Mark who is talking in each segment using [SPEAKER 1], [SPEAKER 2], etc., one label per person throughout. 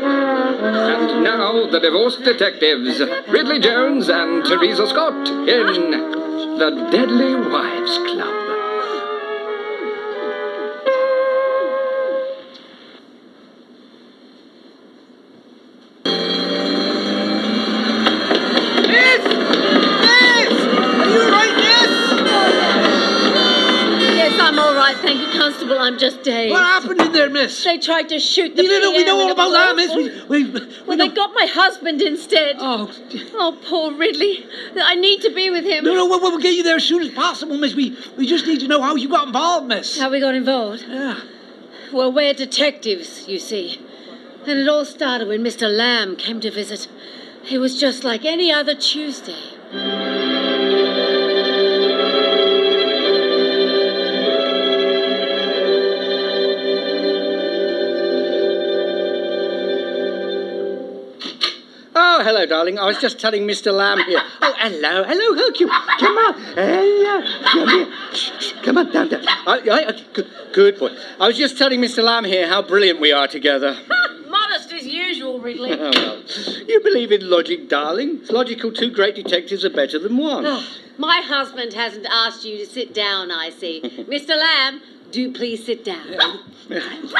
[SPEAKER 1] And now the divorced detectives, Ridley Jones and Teresa Scott, in the Deadly Wives Club.
[SPEAKER 2] Miss! Miss! Are you alright, Miss?
[SPEAKER 3] Yes, I'm all right, thank you, Constable. I'm just dazed.
[SPEAKER 2] What happened in there, Miss?
[SPEAKER 3] They tried to shoot the
[SPEAKER 2] You know, we
[SPEAKER 3] PM
[SPEAKER 2] know
[SPEAKER 3] and
[SPEAKER 2] all
[SPEAKER 3] it
[SPEAKER 2] about
[SPEAKER 3] was
[SPEAKER 2] that, Miss.
[SPEAKER 3] awful.
[SPEAKER 2] We, we, we
[SPEAKER 3] Well,
[SPEAKER 2] know.
[SPEAKER 3] they got my husband instead. Oh.
[SPEAKER 2] Oh,
[SPEAKER 3] poor Ridley. I need to be with him.
[SPEAKER 2] no, no, we'll, we'll get you there as soon as possible, Miss. We, we just need to know how you got involved, Miss.
[SPEAKER 3] How we got involved?
[SPEAKER 2] Yeah.
[SPEAKER 3] Well, we're detectives, you see. And it all started when Mr. Lamb came to visit. It was just like any other Tuesday.
[SPEAKER 4] Oh, hello, darling. I was just telling Mr. Lamb here. Oh, hello, hello, Hercule. Come on, hello, come here. Shh, shh, Come on, down, down. I, I, I- good, good boy. I was just telling Mr. Lamb here how brilliant we are together.
[SPEAKER 3] Modest as usual, Ridley.
[SPEAKER 4] Oh, well. You believe in logic, darling. It's logical two great detectives are better than one.
[SPEAKER 3] Ah, My husband hasn't asked you to sit down, I see. Mr. Lamb, do please sit down.
[SPEAKER 2] Th-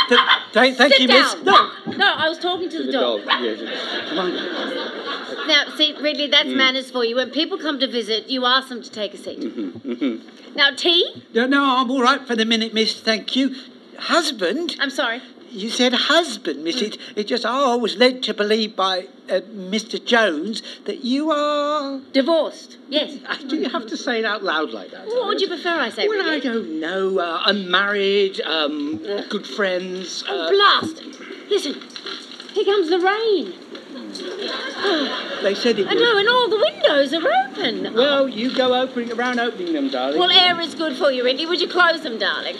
[SPEAKER 2] th- thank
[SPEAKER 3] sit
[SPEAKER 2] you, Miss.
[SPEAKER 3] down.
[SPEAKER 2] No.
[SPEAKER 3] No, I was talking to the,
[SPEAKER 4] The
[SPEAKER 3] dog.
[SPEAKER 4] dog, yes. Come on.
[SPEAKER 3] Now, see, Ridley, that's manners for you. When people come to visit, you ask them to take a seat. Now, tea?
[SPEAKER 2] no. No, I'm all right for the minute, Miss. Thank you. Husband?
[SPEAKER 3] I'm sorry.
[SPEAKER 2] You said husband, Miss. It, it just, I was led to believe by uh, Mr. Jones that you are.
[SPEAKER 3] Divorced. Yes.
[SPEAKER 4] Do you have to say it out loud like that?
[SPEAKER 3] What would you prefer I say?
[SPEAKER 4] Well, I
[SPEAKER 3] Ridley?
[SPEAKER 4] don't know. Uh, unmarried, um, good friends.
[SPEAKER 3] Oh,
[SPEAKER 4] Uh,
[SPEAKER 3] Blast! Listen, here comes the rain.
[SPEAKER 2] They said it
[SPEAKER 3] I
[SPEAKER 2] was.
[SPEAKER 3] know, and all the windows are open.
[SPEAKER 4] Well, you go opening around opening them, darling.
[SPEAKER 3] Well, air is good for you, Ridley. Would you close them, darling?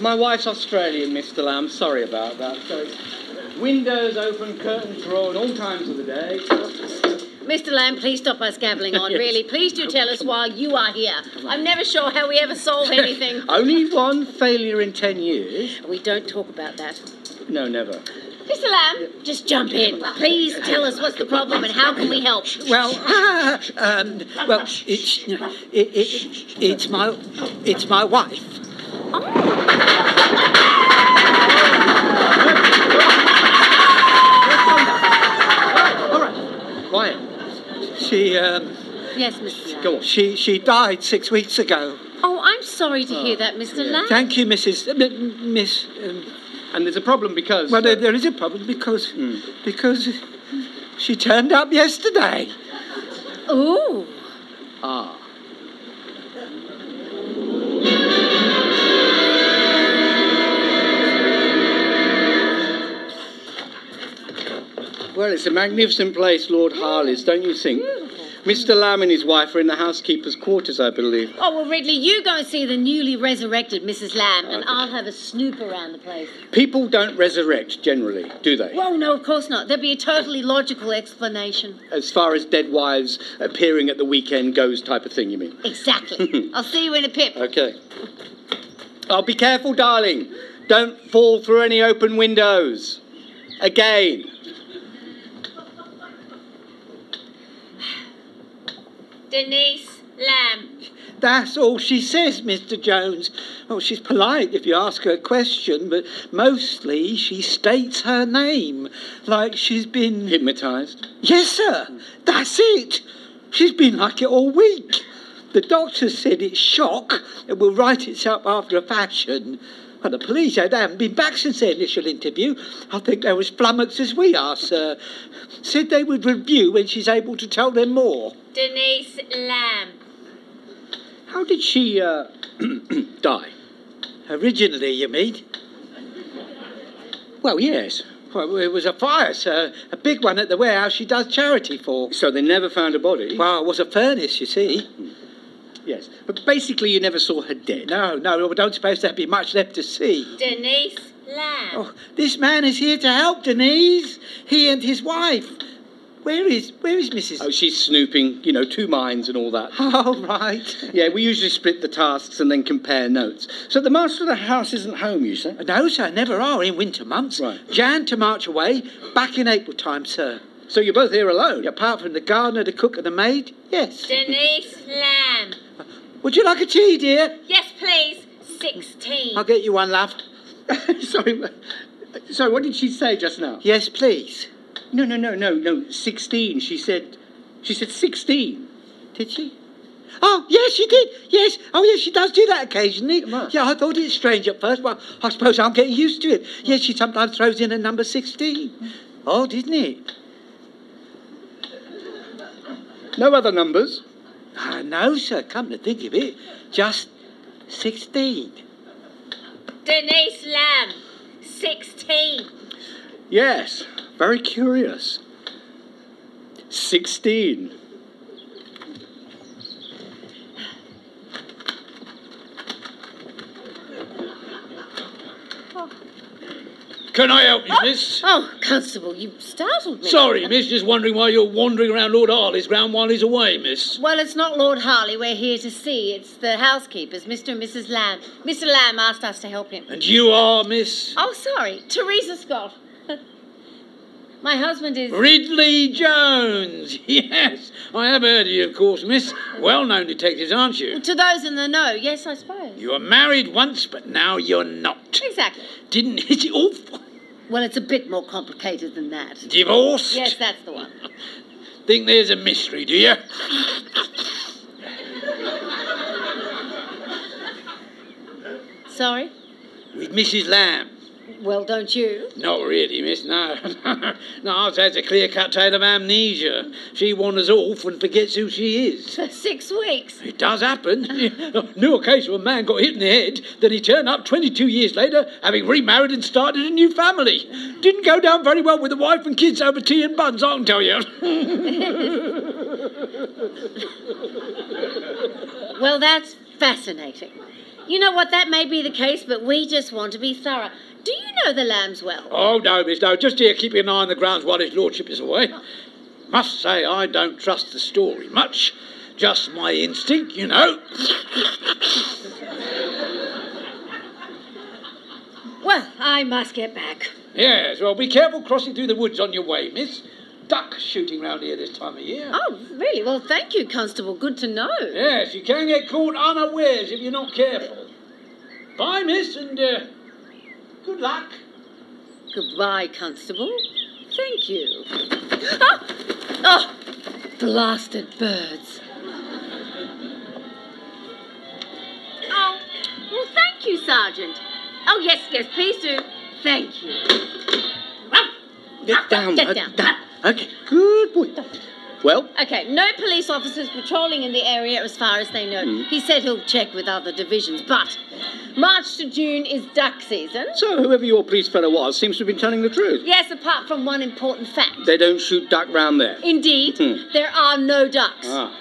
[SPEAKER 4] My wife's Australian, Mr. Lamb. Sorry about that. So it's windows open, curtains drawn, all times of the day.
[SPEAKER 3] Mr. Lamb, please stop us gabbling on,
[SPEAKER 4] Yes.
[SPEAKER 3] really. Please do tell us why you are here. I'm never sure how we ever solve anything.
[SPEAKER 4] Only one failure in ten years.
[SPEAKER 3] we don't talk about that.
[SPEAKER 4] No, never.
[SPEAKER 3] Mr. Lamb, just jump in. Please tell us what's the problem and how can we help?
[SPEAKER 2] Well, ah, um, well, it's it, it, it's my it's my wife.
[SPEAKER 3] Oh,
[SPEAKER 4] All right, quiet.
[SPEAKER 2] She um,
[SPEAKER 3] Yes, Mr. Lamb.
[SPEAKER 4] Go on.
[SPEAKER 2] she she died six weeks ago.
[SPEAKER 3] Oh, I'm sorry to hear that, Mr. Lamb.
[SPEAKER 2] Thank you, Mrs. M- M- Miss. Um,
[SPEAKER 4] And there's a problem because.
[SPEAKER 2] well, there, there is a problem because because she turned up yesterday.
[SPEAKER 3] Ooh.
[SPEAKER 4] Ah. Well, it's a magnificent place, Lord Harley's, don't you think? Mr. Lamb and his wife are in the housekeeper's quarters, I believe.
[SPEAKER 3] Oh, well, Ridley, you go and see the newly resurrected Mrs. Lamb, and I'll have a snoop around the place.
[SPEAKER 4] People don't resurrect generally, do they?
[SPEAKER 3] Well, no, of course not. There'd be a totally logical explanation.
[SPEAKER 4] As far as dead wives appearing at the weekend goes, type of thing, you mean?
[SPEAKER 3] Exactly. I'll see you in a pip.
[SPEAKER 4] Okay. Oh, be careful, darling. Don't fall through any open windows. Again.
[SPEAKER 3] Denise Lamb.
[SPEAKER 2] That's all she says, Mr. Jones. Well, she's polite if you ask her a question, but mostly she states her name, like she's been.
[SPEAKER 4] Hypnotized.
[SPEAKER 2] Yes, sir. That's it. She's been like it all week. The doctor said it's shock and will write itself after a fashion. And the police said they haven't been back since their initial interview. I think they were as flummoxed as we are, sir. Said they would review when she's able to tell them more.
[SPEAKER 3] Denise Lamb.
[SPEAKER 4] How did she uh, die?
[SPEAKER 2] Originally, you mean?
[SPEAKER 4] Well, yes.
[SPEAKER 2] Well, it was a fire, sir. A big one at the warehouse she does charity for.
[SPEAKER 4] So they never found a body.
[SPEAKER 2] Well, it was a furnace, you see.
[SPEAKER 4] yes, but basically you never saw her dead.
[SPEAKER 2] No, no, I don't suppose there'd be much left to see.
[SPEAKER 3] Denise Lamb.
[SPEAKER 2] Oh, this man is here to help Denise. He and his wife. Where is where is Mrs.
[SPEAKER 4] Oh, she's snooping, you know, two minds and all that.
[SPEAKER 2] Oh, right.
[SPEAKER 4] Yeah, we usually split the tasks and then compare notes. So the master of the house isn't home, you say?
[SPEAKER 2] No, sir, never are in winter months.
[SPEAKER 4] Right.
[SPEAKER 2] Jan to March away, back in April time, sir.
[SPEAKER 4] So you're both here alone?
[SPEAKER 2] Apart from the gardener, the cook, and the maid, yes.
[SPEAKER 5] Denise Lamb.
[SPEAKER 2] Would you like a tea, dear?
[SPEAKER 5] Yes, please. 16.
[SPEAKER 2] I'll get you one, love.
[SPEAKER 4] sorry, sorry, what did she say just now?
[SPEAKER 2] Yes, please.
[SPEAKER 4] No, no, no, no, no, 16. She said, she said 16.
[SPEAKER 2] Did she? Oh, yes, she did. Yes. Oh, yes, she does do that occasionally.
[SPEAKER 4] Right.
[SPEAKER 2] Yeah, I thought it strange at first. Well, I suppose I'm getting used to it. Yes, she sometimes throws in a number 16. Oh, didn't it?
[SPEAKER 4] No other numbers?
[SPEAKER 2] Ah, no, sir, come to think of it, just 16.
[SPEAKER 5] Denise Lamb. 16.
[SPEAKER 4] Yes, very curious. 16.
[SPEAKER 6] Can I help you, miss?
[SPEAKER 3] Oh, Constable, you startled me.
[SPEAKER 6] Sorry, miss, just wondering why you're wandering around Lord Harley's ground while he's away, miss.
[SPEAKER 3] Well, it's not Lord Harley we're here to see. It's the housekeepers, Mr. and Mrs. Lamb. Mr. Lamb asked us to help him.
[SPEAKER 6] And you are, miss?
[SPEAKER 3] Oh, sorry, Teresa Scott. My husband is.
[SPEAKER 6] Ridley Jones. Yes, I have heard of you, of course, miss. Well known detectives, aren't you?
[SPEAKER 3] To those in the know, yes, I suppose.
[SPEAKER 6] You were married once, but now you're not.
[SPEAKER 3] Exactly.
[SPEAKER 6] Didn't hit it off.
[SPEAKER 3] Well, it's a bit more complicated than that.
[SPEAKER 6] Divorced?
[SPEAKER 3] Yes, that's the one.
[SPEAKER 6] Think there's a mystery, do you?
[SPEAKER 3] Sorry?
[SPEAKER 6] With Mrs. Lamb.
[SPEAKER 3] Well, don't you?
[SPEAKER 6] Not really, miss, no. no, ours has a clear cut tale of amnesia. She wanders off and forgets who she is.
[SPEAKER 3] For six weeks.
[SPEAKER 6] It does happen. Knew a case where a man got hit in the head, then he turned up 22 years later, having remarried and started a new family. Didn't go down very well with the wife and kids over tea and buns, I can tell you.
[SPEAKER 3] Well, that's fascinating. You know what? That may be the case, but we just want to be thorough. Do you know the lambs well?
[SPEAKER 6] Oh, no, miss, no. Just here, keeping an eye on the grounds while his lordship is away. Must say, I don't trust the story much. Just my instinct, you know.
[SPEAKER 3] Well, I must get back.
[SPEAKER 6] Yes, well, be careful crossing through the woods on your way, miss. Duck shooting round here this time of year.
[SPEAKER 3] Oh, really? Well, thank you, Constable. Good to know.
[SPEAKER 6] Yes, you can get caught unawares if you're not careful. Bye, miss, and uh, good luck.
[SPEAKER 3] Goodbye, Constable. Thank you. Ah! Oh, blasted birds. Oh, well, thank you, Sergeant. Oh, yes, yes, please do. Thank you.
[SPEAKER 4] Get down.
[SPEAKER 3] Get
[SPEAKER 4] uh,
[SPEAKER 3] down.
[SPEAKER 4] Okay, good boy. Well,
[SPEAKER 3] Okay, no police officers patrolling in the area as far as they know.
[SPEAKER 4] Hmm.
[SPEAKER 3] He said he'll check with other divisions, but March to June is duck season.
[SPEAKER 4] so whoever your police fellow was seems to have been telling the truth.
[SPEAKER 3] Yes, apart from one important fact.
[SPEAKER 4] They don't shoot duck round there.
[SPEAKER 3] Indeed,
[SPEAKER 4] Hmm.
[SPEAKER 3] there are no ducks.
[SPEAKER 4] Ah.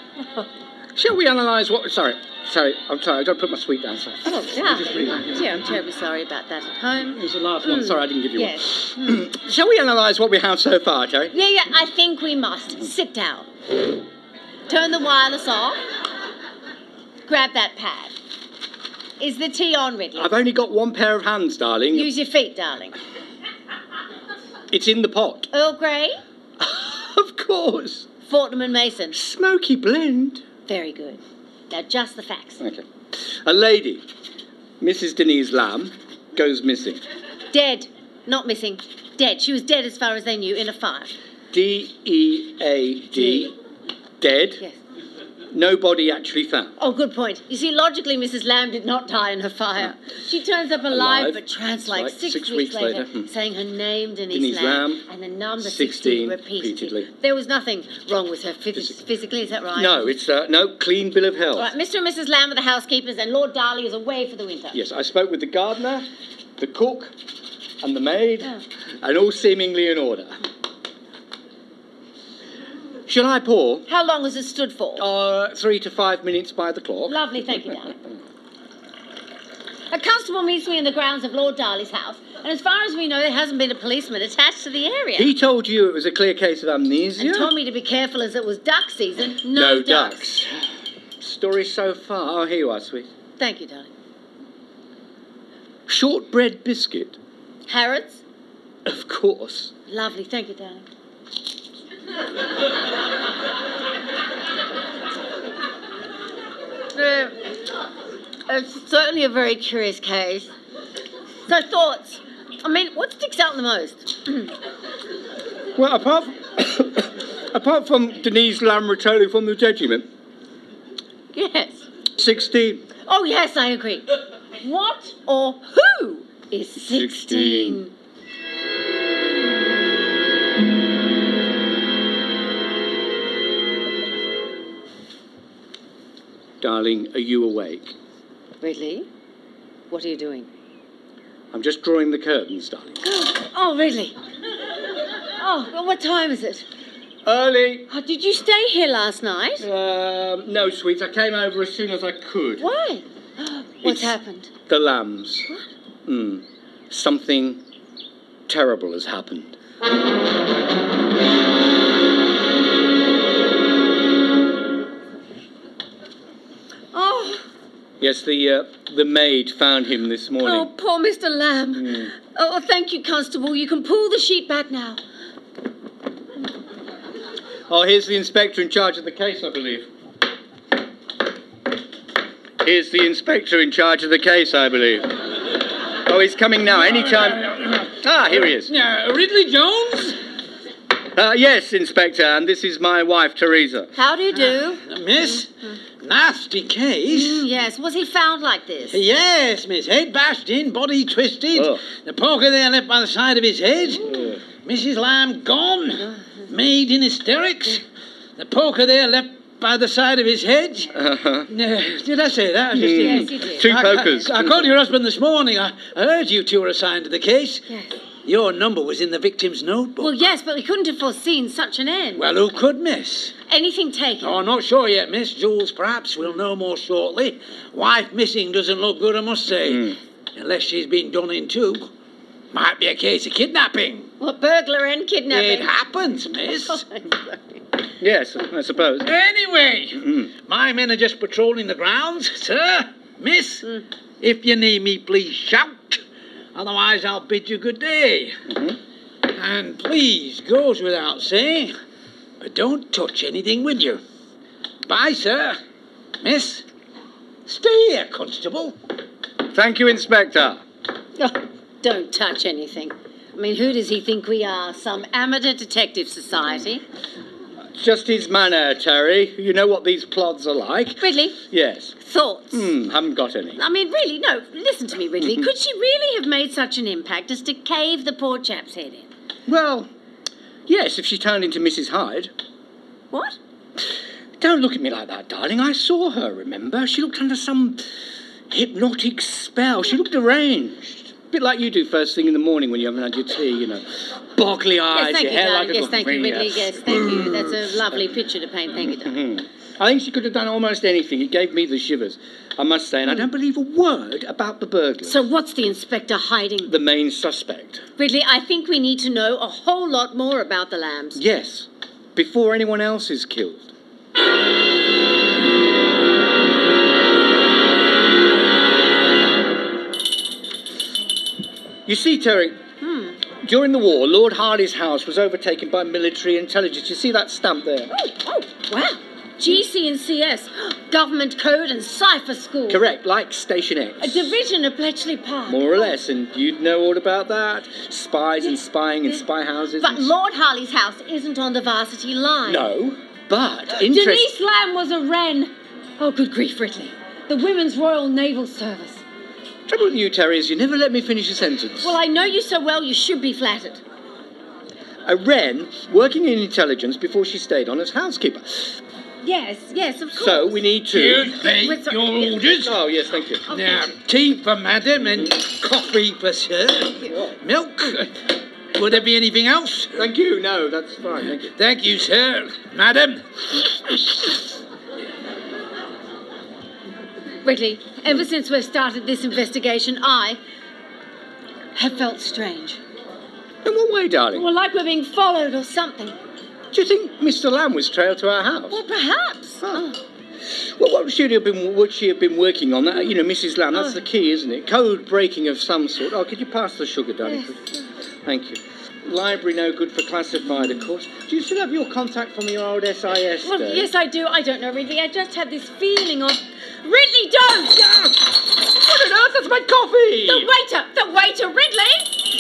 [SPEAKER 4] Shall we analyse what? Sorry, sorry, I'm sorry. I don't put my sweet down. Sorry.
[SPEAKER 3] Oh, darling. Dear, I'm terribly sorry about that at home.
[SPEAKER 4] It was the last one. Sorry, I didn't give you
[SPEAKER 3] Hmm. Yes.
[SPEAKER 4] one. Shall we analyse what we have so far, Joe?
[SPEAKER 3] Yeah, yeah, I think we must. Sit down. Turn the wireless off. Grab that pad. Is the tea on, Ridley?
[SPEAKER 4] I've only got one pair of hands, darling.
[SPEAKER 3] Use your feet, darling.
[SPEAKER 4] It's in the pot.
[SPEAKER 3] Earl Grey,
[SPEAKER 4] of course.
[SPEAKER 3] Fortnum and Mason.
[SPEAKER 4] Smoky blend.
[SPEAKER 3] Very good. Now, just the facts.
[SPEAKER 4] Okay. A lady, Mrs. Denise Lamb, goes missing.
[SPEAKER 3] Dead. Not missing. Dead. She was dead as far as they knew in a fire.
[SPEAKER 4] D E A D. Dead.
[SPEAKER 3] Yes.
[SPEAKER 4] No body actually found.
[SPEAKER 3] Oh, good point. You see, logically, Mrs. Lamb did not die in her fire. She turns up alive,
[SPEAKER 4] Alive.
[SPEAKER 3] but trans
[SPEAKER 4] It's
[SPEAKER 3] like,
[SPEAKER 4] like
[SPEAKER 3] six, weeks, later,
[SPEAKER 4] Hmm.
[SPEAKER 3] saying her name, Denise,
[SPEAKER 4] Denise
[SPEAKER 3] Lamb,
[SPEAKER 4] Lamb,
[SPEAKER 3] and the number 16,
[SPEAKER 4] 16
[SPEAKER 3] repeatedly.
[SPEAKER 4] repeatedly.
[SPEAKER 3] There was nothing wrong with her phys- physically, is that right?
[SPEAKER 4] No, it's uh, no clean bill of health.
[SPEAKER 3] All right, Mr. and Mrs. Lamb are the housekeepers, and Lord Darley is away for the winter.
[SPEAKER 4] Yes, I spoke with the gardener, the cook, and the maid,
[SPEAKER 3] Oh.
[SPEAKER 4] and all seemingly in order. Shall I pour?
[SPEAKER 3] How long has it stood for?
[SPEAKER 4] Uh, three to five minutes by the clock.
[SPEAKER 3] Lovely, thank you, darling. A constable meets me in the grounds of Lord Darley's house, and as far as we know, there hasn't been a policeman attached to the area.
[SPEAKER 4] He told you it was a clear case of amnesia.
[SPEAKER 3] and told me to be careful as it was duck season. No,
[SPEAKER 4] No ducks. Story so far. Oh, here you are, sweet.
[SPEAKER 3] Thank you, darling.
[SPEAKER 4] Shortbread biscuit.
[SPEAKER 3] Harrods?
[SPEAKER 4] Of course.
[SPEAKER 3] Lovely. Thank you, darling. Uh, it's certainly a very curious case. So, thoughts? I mean, what sticks out the most?
[SPEAKER 4] Well, apart from, apart from Denise Lamratelli from the judgment,
[SPEAKER 3] Yes.
[SPEAKER 4] 16.
[SPEAKER 3] Oh, yes, I agree. What or who is 16?
[SPEAKER 4] Darling, are you awake?
[SPEAKER 3] Ridley, what are you doing?
[SPEAKER 4] I'm just drawing the curtains, darling.
[SPEAKER 3] Oh, Ridley. Oh, well, what time is it?
[SPEAKER 4] Early.
[SPEAKER 3] Oh, did you stay here last night?
[SPEAKER 4] Um, no, sweets. I came over as soon as I could.
[SPEAKER 3] Why?
[SPEAKER 4] It's-
[SPEAKER 3] What's happened?
[SPEAKER 4] The lambs. Hmm. Something terrible has happened.
[SPEAKER 3] Oh,
[SPEAKER 4] Yes, the uh, the maid found him this morning.
[SPEAKER 3] oh, poor Mr. Lamb. Oh, thank you, Constable. You can pull the sheet back now.
[SPEAKER 4] Oh, here's the inspector in charge of the case, I believe. Here's the inspector in charge of the case, I believe. Oh, he's coming now, any time. Ah, here he is.
[SPEAKER 2] Now, Uh, Ridley Jones?
[SPEAKER 4] Uh, yes, Inspector, and this is my wife, Teresa.
[SPEAKER 3] How do you do? Mm,
[SPEAKER 2] Miss? Nasty case.
[SPEAKER 3] Yes, was he found like this?
[SPEAKER 2] Yes, miss. Head bashed in, body twisted.
[SPEAKER 4] Oh.
[SPEAKER 2] The poker there left by the side of his head. Mrs. Lamb gone. Maid in hysterics. The poker there left by the side of his head.
[SPEAKER 4] Uh-huh.
[SPEAKER 2] No, did I say that? I was just
[SPEAKER 4] Mm.
[SPEAKER 3] Yes, you did.
[SPEAKER 4] Two
[SPEAKER 2] I-
[SPEAKER 4] pokers.
[SPEAKER 2] I, I called your husband this morning. I, I heard you two were assigned to the case.
[SPEAKER 3] Yes.
[SPEAKER 2] Your number was in the victim's notebook.
[SPEAKER 3] Well, yes, but we couldn't have foreseen such an end.
[SPEAKER 2] Well, who could miss?
[SPEAKER 3] Anything taken?
[SPEAKER 2] Oh, not sure yet, miss. Jules, perhaps. We'll know more shortly. Wife missing doesn't look good, I must say. Unless she's been done in two. Might be a case of kidnapping.
[SPEAKER 3] Well, burglar and
[SPEAKER 2] It
[SPEAKER 3] kidnapping.
[SPEAKER 2] happens, miss.
[SPEAKER 4] Yes, I suppose.
[SPEAKER 2] Anyway,
[SPEAKER 4] Mm.
[SPEAKER 2] my men are just patrolling the grounds, sir. Miss,
[SPEAKER 4] Mm.
[SPEAKER 2] if you need me, please shout. Otherwise, I'll bid you good day.
[SPEAKER 4] Mm-hmm.
[SPEAKER 2] And please, goes without saying, but don't touch anything with you. Bye, sir. Miss, stay here, constable.
[SPEAKER 4] Thank you, Inspector.
[SPEAKER 3] Oh, don't touch anything. I mean, who does he think we are? Some amateur detective society?
[SPEAKER 4] Just his manner, Terry. You know what these plods are like.
[SPEAKER 3] Ridley,
[SPEAKER 4] Yes.
[SPEAKER 3] thoughts?
[SPEAKER 4] Hmm, haven't got any.
[SPEAKER 3] I mean, really, no, listen to me, Ridley. Could she really have made such an impact as to cave the poor chap's head in?
[SPEAKER 4] Well, yes, if she turned into Mrs. Hyde.
[SPEAKER 3] What?
[SPEAKER 4] Don't look at me like that, darling. I saw her, remember? She looked under some hypnotic spell. She looked deranged. A bit like you do first thing in the morning when you haven't had your tea, you know. Boggly eyes,
[SPEAKER 3] yes, thank
[SPEAKER 4] Ah, your
[SPEAKER 3] you,
[SPEAKER 4] hair
[SPEAKER 3] darling.
[SPEAKER 4] like a
[SPEAKER 3] yes, thank you,
[SPEAKER 4] gorilla. Hmm.
[SPEAKER 3] Ridley. Yes, thank you. That's a lovely picture to paint. Thank you, darling.
[SPEAKER 4] I think she could have done almost anything. It gave me the shivers, I must say, and
[SPEAKER 3] Hmm.
[SPEAKER 4] I don't believe a word about the burglar.
[SPEAKER 3] So, what's the inspector hiding?
[SPEAKER 4] the main suspect.
[SPEAKER 3] Ridley, I think we need to know a whole lot more about the lambs.
[SPEAKER 4] Yes, before anyone else is killed. You see, Terry,
[SPEAKER 3] Hmm.
[SPEAKER 4] during the war, Lord Harley's house was overtaken by military intelligence. You see that stamp there?
[SPEAKER 3] Oh, wow. GC and CS, Government Code and Cipher School.
[SPEAKER 4] Correct, like Station X.
[SPEAKER 3] A division of Bletchley Park.
[SPEAKER 4] More or less, and you'd know all about that. Spies and spying and spy houses.
[SPEAKER 3] But
[SPEAKER 4] and-
[SPEAKER 3] Lord Harley's house isn't on the varsity line.
[SPEAKER 4] No,
[SPEAKER 3] Uh,
[SPEAKER 4] but interesting.
[SPEAKER 3] Denise Lamb was a wren. Oh, good grief, Ridley. The Women's Royal Naval Service.
[SPEAKER 4] Trouble with you, Terry, is you never let me finish a sentence.
[SPEAKER 3] Well, I know you so well, you should be flattered.
[SPEAKER 4] a wren working in intelligence before she stayed on as housekeeper.
[SPEAKER 3] Yes, yes, of course.
[SPEAKER 4] So we need to.
[SPEAKER 3] Wait,
[SPEAKER 2] think
[SPEAKER 3] sorry.
[SPEAKER 2] your orders?
[SPEAKER 4] Oh yes, thank you.
[SPEAKER 3] Oh,
[SPEAKER 2] Now,
[SPEAKER 3] thank you.
[SPEAKER 2] tea for madam and coffee for sir. Milk. Would there be anything else?
[SPEAKER 4] Thank you. No, that's fine. Thank you.
[SPEAKER 2] Thank you, sir. Madam.
[SPEAKER 3] Ridley, ever since we've started this investigation, I have felt strange.
[SPEAKER 4] In what way, darling?
[SPEAKER 3] Well, like we're being followed or something.
[SPEAKER 4] Do you think Mr. Lamb was trailed to our house?
[SPEAKER 3] Well, perhaps. Oh,
[SPEAKER 4] Well, what should have been? Would she have been working on that? You know, Mrs. Lamb. That's
[SPEAKER 3] Oh.
[SPEAKER 4] the key, isn't it? Code breaking of some sort. Oh, could you pass the sugar, darling?
[SPEAKER 3] Yes.
[SPEAKER 4] please? Thank you. Library no good for classified, of course. Do you still have your contact from your old SIS?
[SPEAKER 3] Well,
[SPEAKER 4] days?
[SPEAKER 3] yes, I do. I don't know, Ridley. I just have this feeling of. Ridley, don't!
[SPEAKER 2] What on earth? Ah, That's my coffee!
[SPEAKER 3] The waiter! The waiter, Ridley!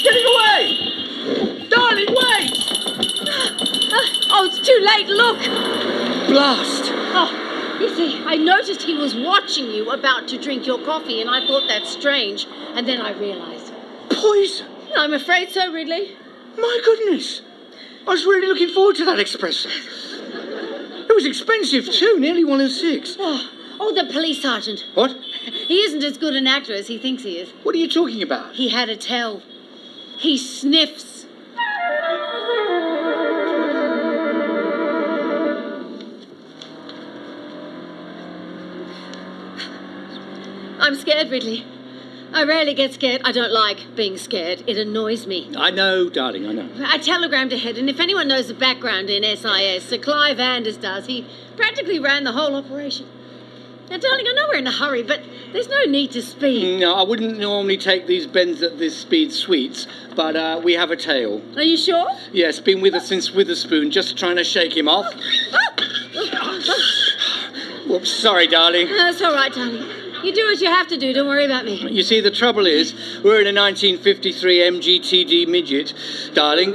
[SPEAKER 2] Getting away! Darling, wait!
[SPEAKER 3] Oh, it's too late. Look!
[SPEAKER 4] Blast!
[SPEAKER 3] Oh, you see, I noticed he was watching you about to drink your coffee, and I thought that strange. And then I realized.
[SPEAKER 4] Poison!
[SPEAKER 3] I'm afraid so, Ridley.
[SPEAKER 4] My goodness! I was really looking forward to that espresso. It was expensive too, nearly one and six.
[SPEAKER 3] Oh, oh, the police sergeant.
[SPEAKER 4] What?
[SPEAKER 3] He isn't as good an actor as he thinks he is.
[SPEAKER 4] What are you talking about?
[SPEAKER 3] He had a tell. He sniffs. I'm scared, Ridley. I rarely get scared. I don't like being scared. It annoys me.
[SPEAKER 4] I know, darling, I know.
[SPEAKER 3] I telegrammed ahead, and if anyone knows the background in SIS, Sir Clive Anders does. He practically ran the whole operation. Now, darling, I know we're in a hurry, but there's no need to speed.
[SPEAKER 4] No, I wouldn't normally take these bends at this speed sweets, but uh, we have a tail.
[SPEAKER 3] Are you sure?
[SPEAKER 4] Yes, been with us since Witherspoon, just trying to shake him off. Whoops, sorry, darling.
[SPEAKER 3] No, That's all right, darling. You do what you have to do. Don't worry about me.
[SPEAKER 4] You see, the trouble is, we're in a 1953 MGTD midget, darling,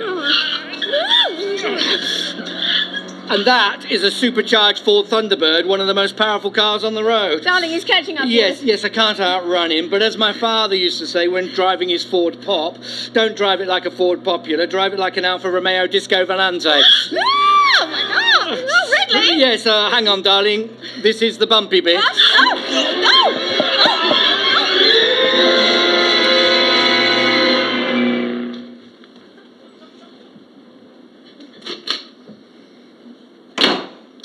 [SPEAKER 4] and that is a supercharged Ford Thunderbird, one of the most powerful cars on the road.
[SPEAKER 3] darling, he's catching up. to
[SPEAKER 4] Yes,
[SPEAKER 3] us.
[SPEAKER 4] yes, I can't outrun him, but as my father used to say when driving his Ford Pop, don't drive it like a Ford Popular, drive it like an Alfa Romeo Disco Volante.
[SPEAKER 3] Oh, my God. Oh, Ridley.
[SPEAKER 4] yes, uh, hang on, darling. This is the bumpy bit.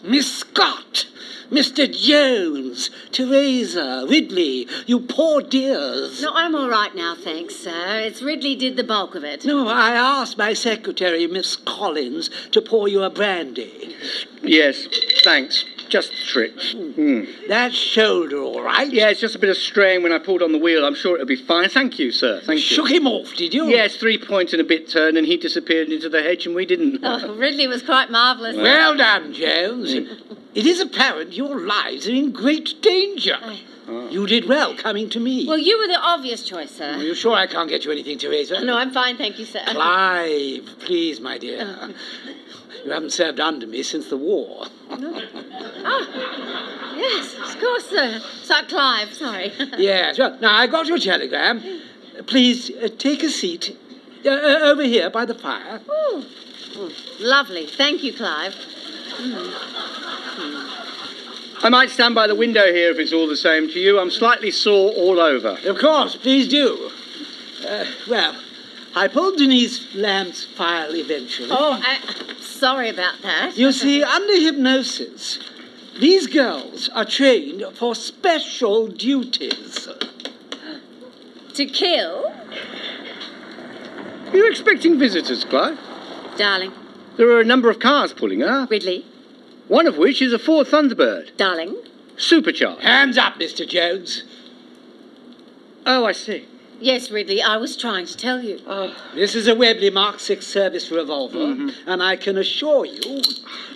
[SPEAKER 2] Miss Scott, Mr. Jones, Teresa, Ridley, you poor dears.
[SPEAKER 3] No, I'm all right now, thanks, sir. It's Ridley did the bulk of it.
[SPEAKER 2] No, I asked my secretary, Miss Collins, to pour you a brandy.
[SPEAKER 4] Yes, thanks. Just a trick. Hmm.
[SPEAKER 2] That shoulder, all right?
[SPEAKER 4] Yeah, it's just a bit of strain when I pulled on the wheel. I'm sure it'll be fine. Thank you, sir. Thank
[SPEAKER 2] Shook him off, did you?
[SPEAKER 4] you. Yes, three points and a bit turn, and he disappeared into the hedge, and we didn't.
[SPEAKER 3] Oh, Ridley was quite marvellous.
[SPEAKER 2] Well done, Jones. It is apparent your lives are in great danger. You did well coming to me.
[SPEAKER 3] Well, you were the obvious choice,
[SPEAKER 2] are
[SPEAKER 3] sir.
[SPEAKER 2] you sure I can't get you anything, Teresa?
[SPEAKER 3] No, I'm fine, thank you, sir.
[SPEAKER 2] Clive, please, my
[SPEAKER 3] Uh.
[SPEAKER 2] dear. You haven't served under me since the war.
[SPEAKER 3] Oh, Yes, of course, sir. Sir Clive, sorry.
[SPEAKER 2] Yes. Well, now I got your telegram. Please uh, take a seat uh, uh, over here by the fire.
[SPEAKER 3] Ooh. Ooh, Lovely. Thank you, Clive.
[SPEAKER 4] I might stand by the window here if it's all the same to you. I'm slightly sore all over.
[SPEAKER 2] Of course, please do. Uh, well, I pulled Denise Lamb's file eventually.
[SPEAKER 3] Oh, I, sorry about that.
[SPEAKER 2] You see, under hypnosis, these girls are trained for special duties.
[SPEAKER 3] To kill?
[SPEAKER 4] You're expecting visitors, Clive?
[SPEAKER 3] Darling.
[SPEAKER 4] There are a number of cars pulling up,
[SPEAKER 3] Ridley.
[SPEAKER 4] one of which is a Ford Thunderbird,
[SPEAKER 3] Darling.
[SPEAKER 4] supercharged.
[SPEAKER 2] Hands up, Mr. Jones.
[SPEAKER 4] Oh, I see.
[SPEAKER 3] Yes, Ridley, I was trying to tell you.
[SPEAKER 2] This is a Webley Mark VI service revolver, and I can assure you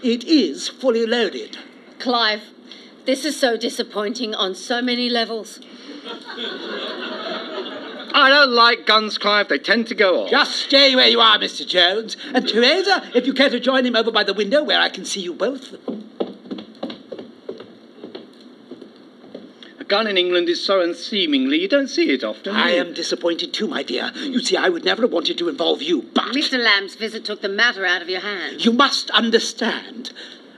[SPEAKER 2] it is fully loaded.
[SPEAKER 3] Clive, this is so disappointing on so many levels.
[SPEAKER 4] I don't like guns, Clive. They tend to go off.
[SPEAKER 2] Just stay where you are, Mr. Jones. And Teresa, if you care to join him over by the window where I can see you both.
[SPEAKER 4] A gun in England is so unseemingly, you don't see it often.
[SPEAKER 2] I
[SPEAKER 4] do you?
[SPEAKER 2] am disappointed too, my dear. You see, I would never have wanted to involve you, but
[SPEAKER 3] Mr. Lamb's visit took the matter out of your hands.
[SPEAKER 2] you must understand.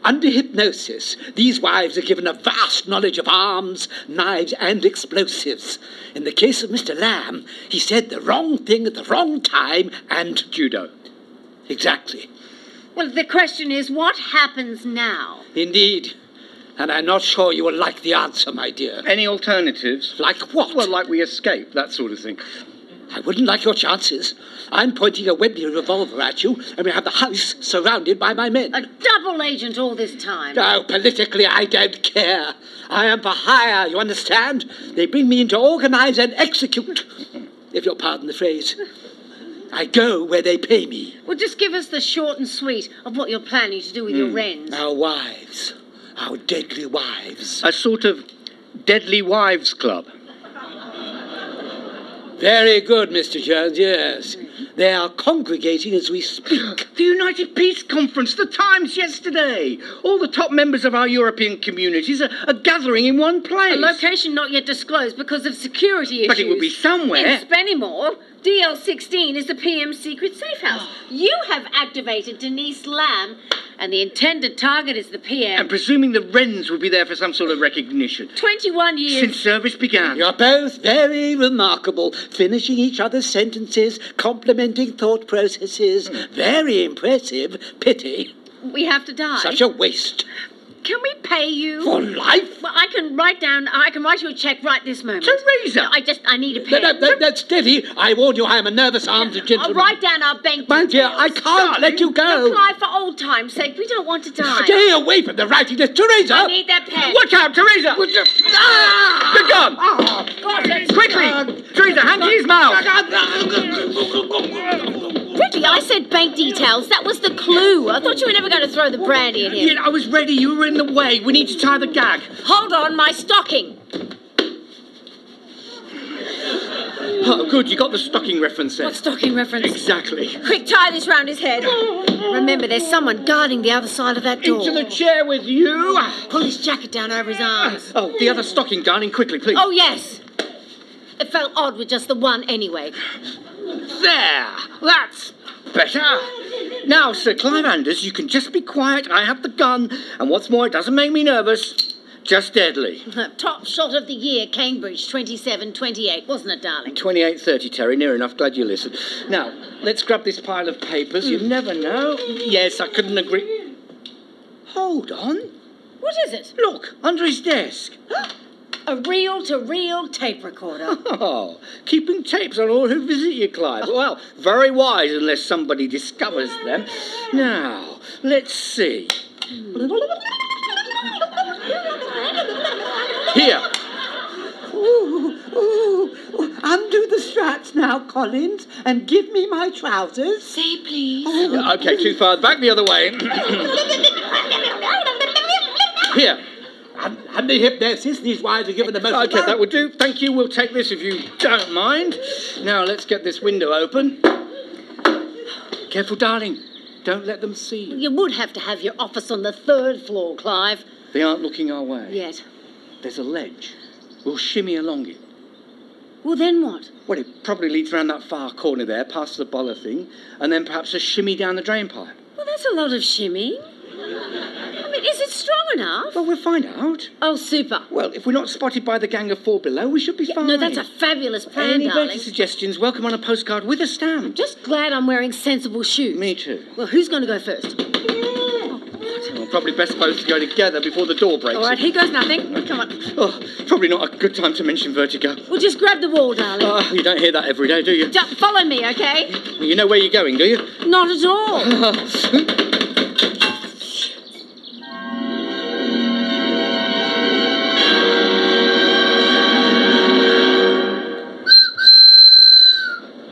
[SPEAKER 2] Under hypnosis, these wives are given a vast knowledge of arms, knives, and explosives. In the case of Mr. Lamb, he said the wrong thing at the wrong time, and
[SPEAKER 4] Judo.
[SPEAKER 2] exactly.
[SPEAKER 3] Well, the question is, what happens now?
[SPEAKER 2] Indeed. and I'm not sure you will like the answer, my dear.
[SPEAKER 4] Any alternatives?
[SPEAKER 2] Like what?
[SPEAKER 4] Well, like we escape, that sort of thing.
[SPEAKER 2] I wouldn't like your chances. I'm pointing a Webley revolver at you, and we have the house surrounded by my men.
[SPEAKER 3] A double agent all this time.
[SPEAKER 2] No, politically, I don't care. I am for hire, you understand? They bring me in to organize and execute, if you'll pardon the phrase. I go where they pay me.
[SPEAKER 3] Well, just give us the short and sweet of what you're planning to do with
[SPEAKER 4] Hmm.
[SPEAKER 3] your wrens.
[SPEAKER 2] Our wives, our deadly wives.
[SPEAKER 4] A sort of deadly wives club.
[SPEAKER 2] Very good, Mr. Jones, yes. They are congregating as we speak.
[SPEAKER 4] The United Peace Conference, the Times yesterday. All the top members of our European communities are, are gathering in one place.
[SPEAKER 3] A location not yet disclosed because of security issues.
[SPEAKER 4] But it would be somewhere.
[SPEAKER 3] In Spennymoor, DL16 is the PM's secret safe house. You have activated Denise Lamb, and the intended target is the PM.
[SPEAKER 4] and presuming the Wrens would be there for some sort of recognition.
[SPEAKER 3] 21 years.
[SPEAKER 4] Since service began.
[SPEAKER 2] You're both very remarkable, finishing each other's sentences, complementing thought processes. Very impressive. Pity.
[SPEAKER 3] we have to die.
[SPEAKER 2] Such a waste.
[SPEAKER 3] Can we pay you?
[SPEAKER 2] For life?
[SPEAKER 3] Well, I can write down. I can write you a check right this moment.
[SPEAKER 4] Teresa!
[SPEAKER 3] No, I just. I need a
[SPEAKER 2] No,
[SPEAKER 3] pen.
[SPEAKER 2] no, no, no, steady. I warn you, I am a nervous armed
[SPEAKER 3] I'll
[SPEAKER 2] gentleman.
[SPEAKER 3] write down our bank.
[SPEAKER 2] My dear,
[SPEAKER 3] details.
[SPEAKER 2] I can't let you go.
[SPEAKER 3] Apply for old time's sake. We don't want to die.
[SPEAKER 2] Stay away from the writing desk. Teresa!
[SPEAKER 3] I need that pen.
[SPEAKER 4] Watch out, Teresa!
[SPEAKER 2] Ah!
[SPEAKER 4] Good gun!
[SPEAKER 3] Oh,
[SPEAKER 4] Quickly! Teresa, hand to his mouth!
[SPEAKER 3] Quickly, I said bank details. That was the clue. I thought you were never going to throw the brandy at him.
[SPEAKER 4] Yeah, I was ready, you were in the way. We need to tie the gag.
[SPEAKER 3] Hold on, my stocking.
[SPEAKER 4] Oh, good, you got the stocking reference there.
[SPEAKER 3] What stocking reference?
[SPEAKER 4] Exactly.
[SPEAKER 3] Quick, tie this round his head. Remember, there's someone guarding the other side of that door.
[SPEAKER 4] Into the chair with you!
[SPEAKER 3] Pull his jacket down over his arms.
[SPEAKER 4] Oh, the other stocking, darling, quickly, please.
[SPEAKER 3] Oh, yes. It felt odd with just the one anyway.
[SPEAKER 4] There! That's better! Now, Sir Clive Anders, you can just be quiet. I have the gun, and what's more, it doesn't make me nervous. Just deadly.
[SPEAKER 3] Top shot of the year, Cambridge 27 28, wasn't it, darling?
[SPEAKER 4] 28.30, Terry, near enough. Glad you listened. Now, let's grab this pile of papers. You never know. Yes, I couldn't agree. Hold on.
[SPEAKER 3] What is it?
[SPEAKER 4] Look, under his desk.
[SPEAKER 3] A reel to reel tape recorder.
[SPEAKER 4] Oh, keeping tapes on all who visit you, Clive.
[SPEAKER 2] Oh.
[SPEAKER 4] Well, very wise unless somebody discovers them. Now, let's see. Here.
[SPEAKER 2] Ooh, ooh, ooh. Undo the straps now, Collins, and give me my trousers.
[SPEAKER 3] Say, please.
[SPEAKER 4] Okay, too far. Back the other way. Here.
[SPEAKER 2] And, and the hypnosis, these wives are given the most.
[SPEAKER 4] Okay, that will do. Thank you. We'll take this if you don't mind. Now, let's get this window open. Careful, darling. Don't let them see.
[SPEAKER 3] You would have to have your office on the third floor, Clive.
[SPEAKER 4] They aren't looking our way.
[SPEAKER 3] Yet.
[SPEAKER 4] There's a ledge. We'll shimmy along it.
[SPEAKER 3] Well, then what?
[SPEAKER 4] Well, it probably leads round that far corner there, past the boller thing, and then perhaps a shimmy down the drain pipe.
[SPEAKER 3] Well, that's a lot of shimmying. I mean, is it strong enough?
[SPEAKER 4] Well, we'll find out.
[SPEAKER 3] Oh, super.
[SPEAKER 4] Well, if we're not spotted by the gang of four below, we should be fine.
[SPEAKER 3] No, that's a fabulous plan,
[SPEAKER 4] Any
[SPEAKER 3] darling.
[SPEAKER 4] better suggestions? Welcome on a postcard with a stamp.
[SPEAKER 3] Just glad I'm wearing sensible shoes.
[SPEAKER 4] Me too.
[SPEAKER 3] Well, who's going to go first?
[SPEAKER 4] Well, probably best both to go together before the door breaks.
[SPEAKER 3] All right, here goes nothing. Come on.
[SPEAKER 4] Oh, probably not a good time to mention vertigo.
[SPEAKER 3] Well, just grab the wall, darling.
[SPEAKER 4] Oh, you don't hear that every day, do you?
[SPEAKER 3] Ju- follow me, okay?
[SPEAKER 4] You know where you're going, do you?
[SPEAKER 3] Not at all.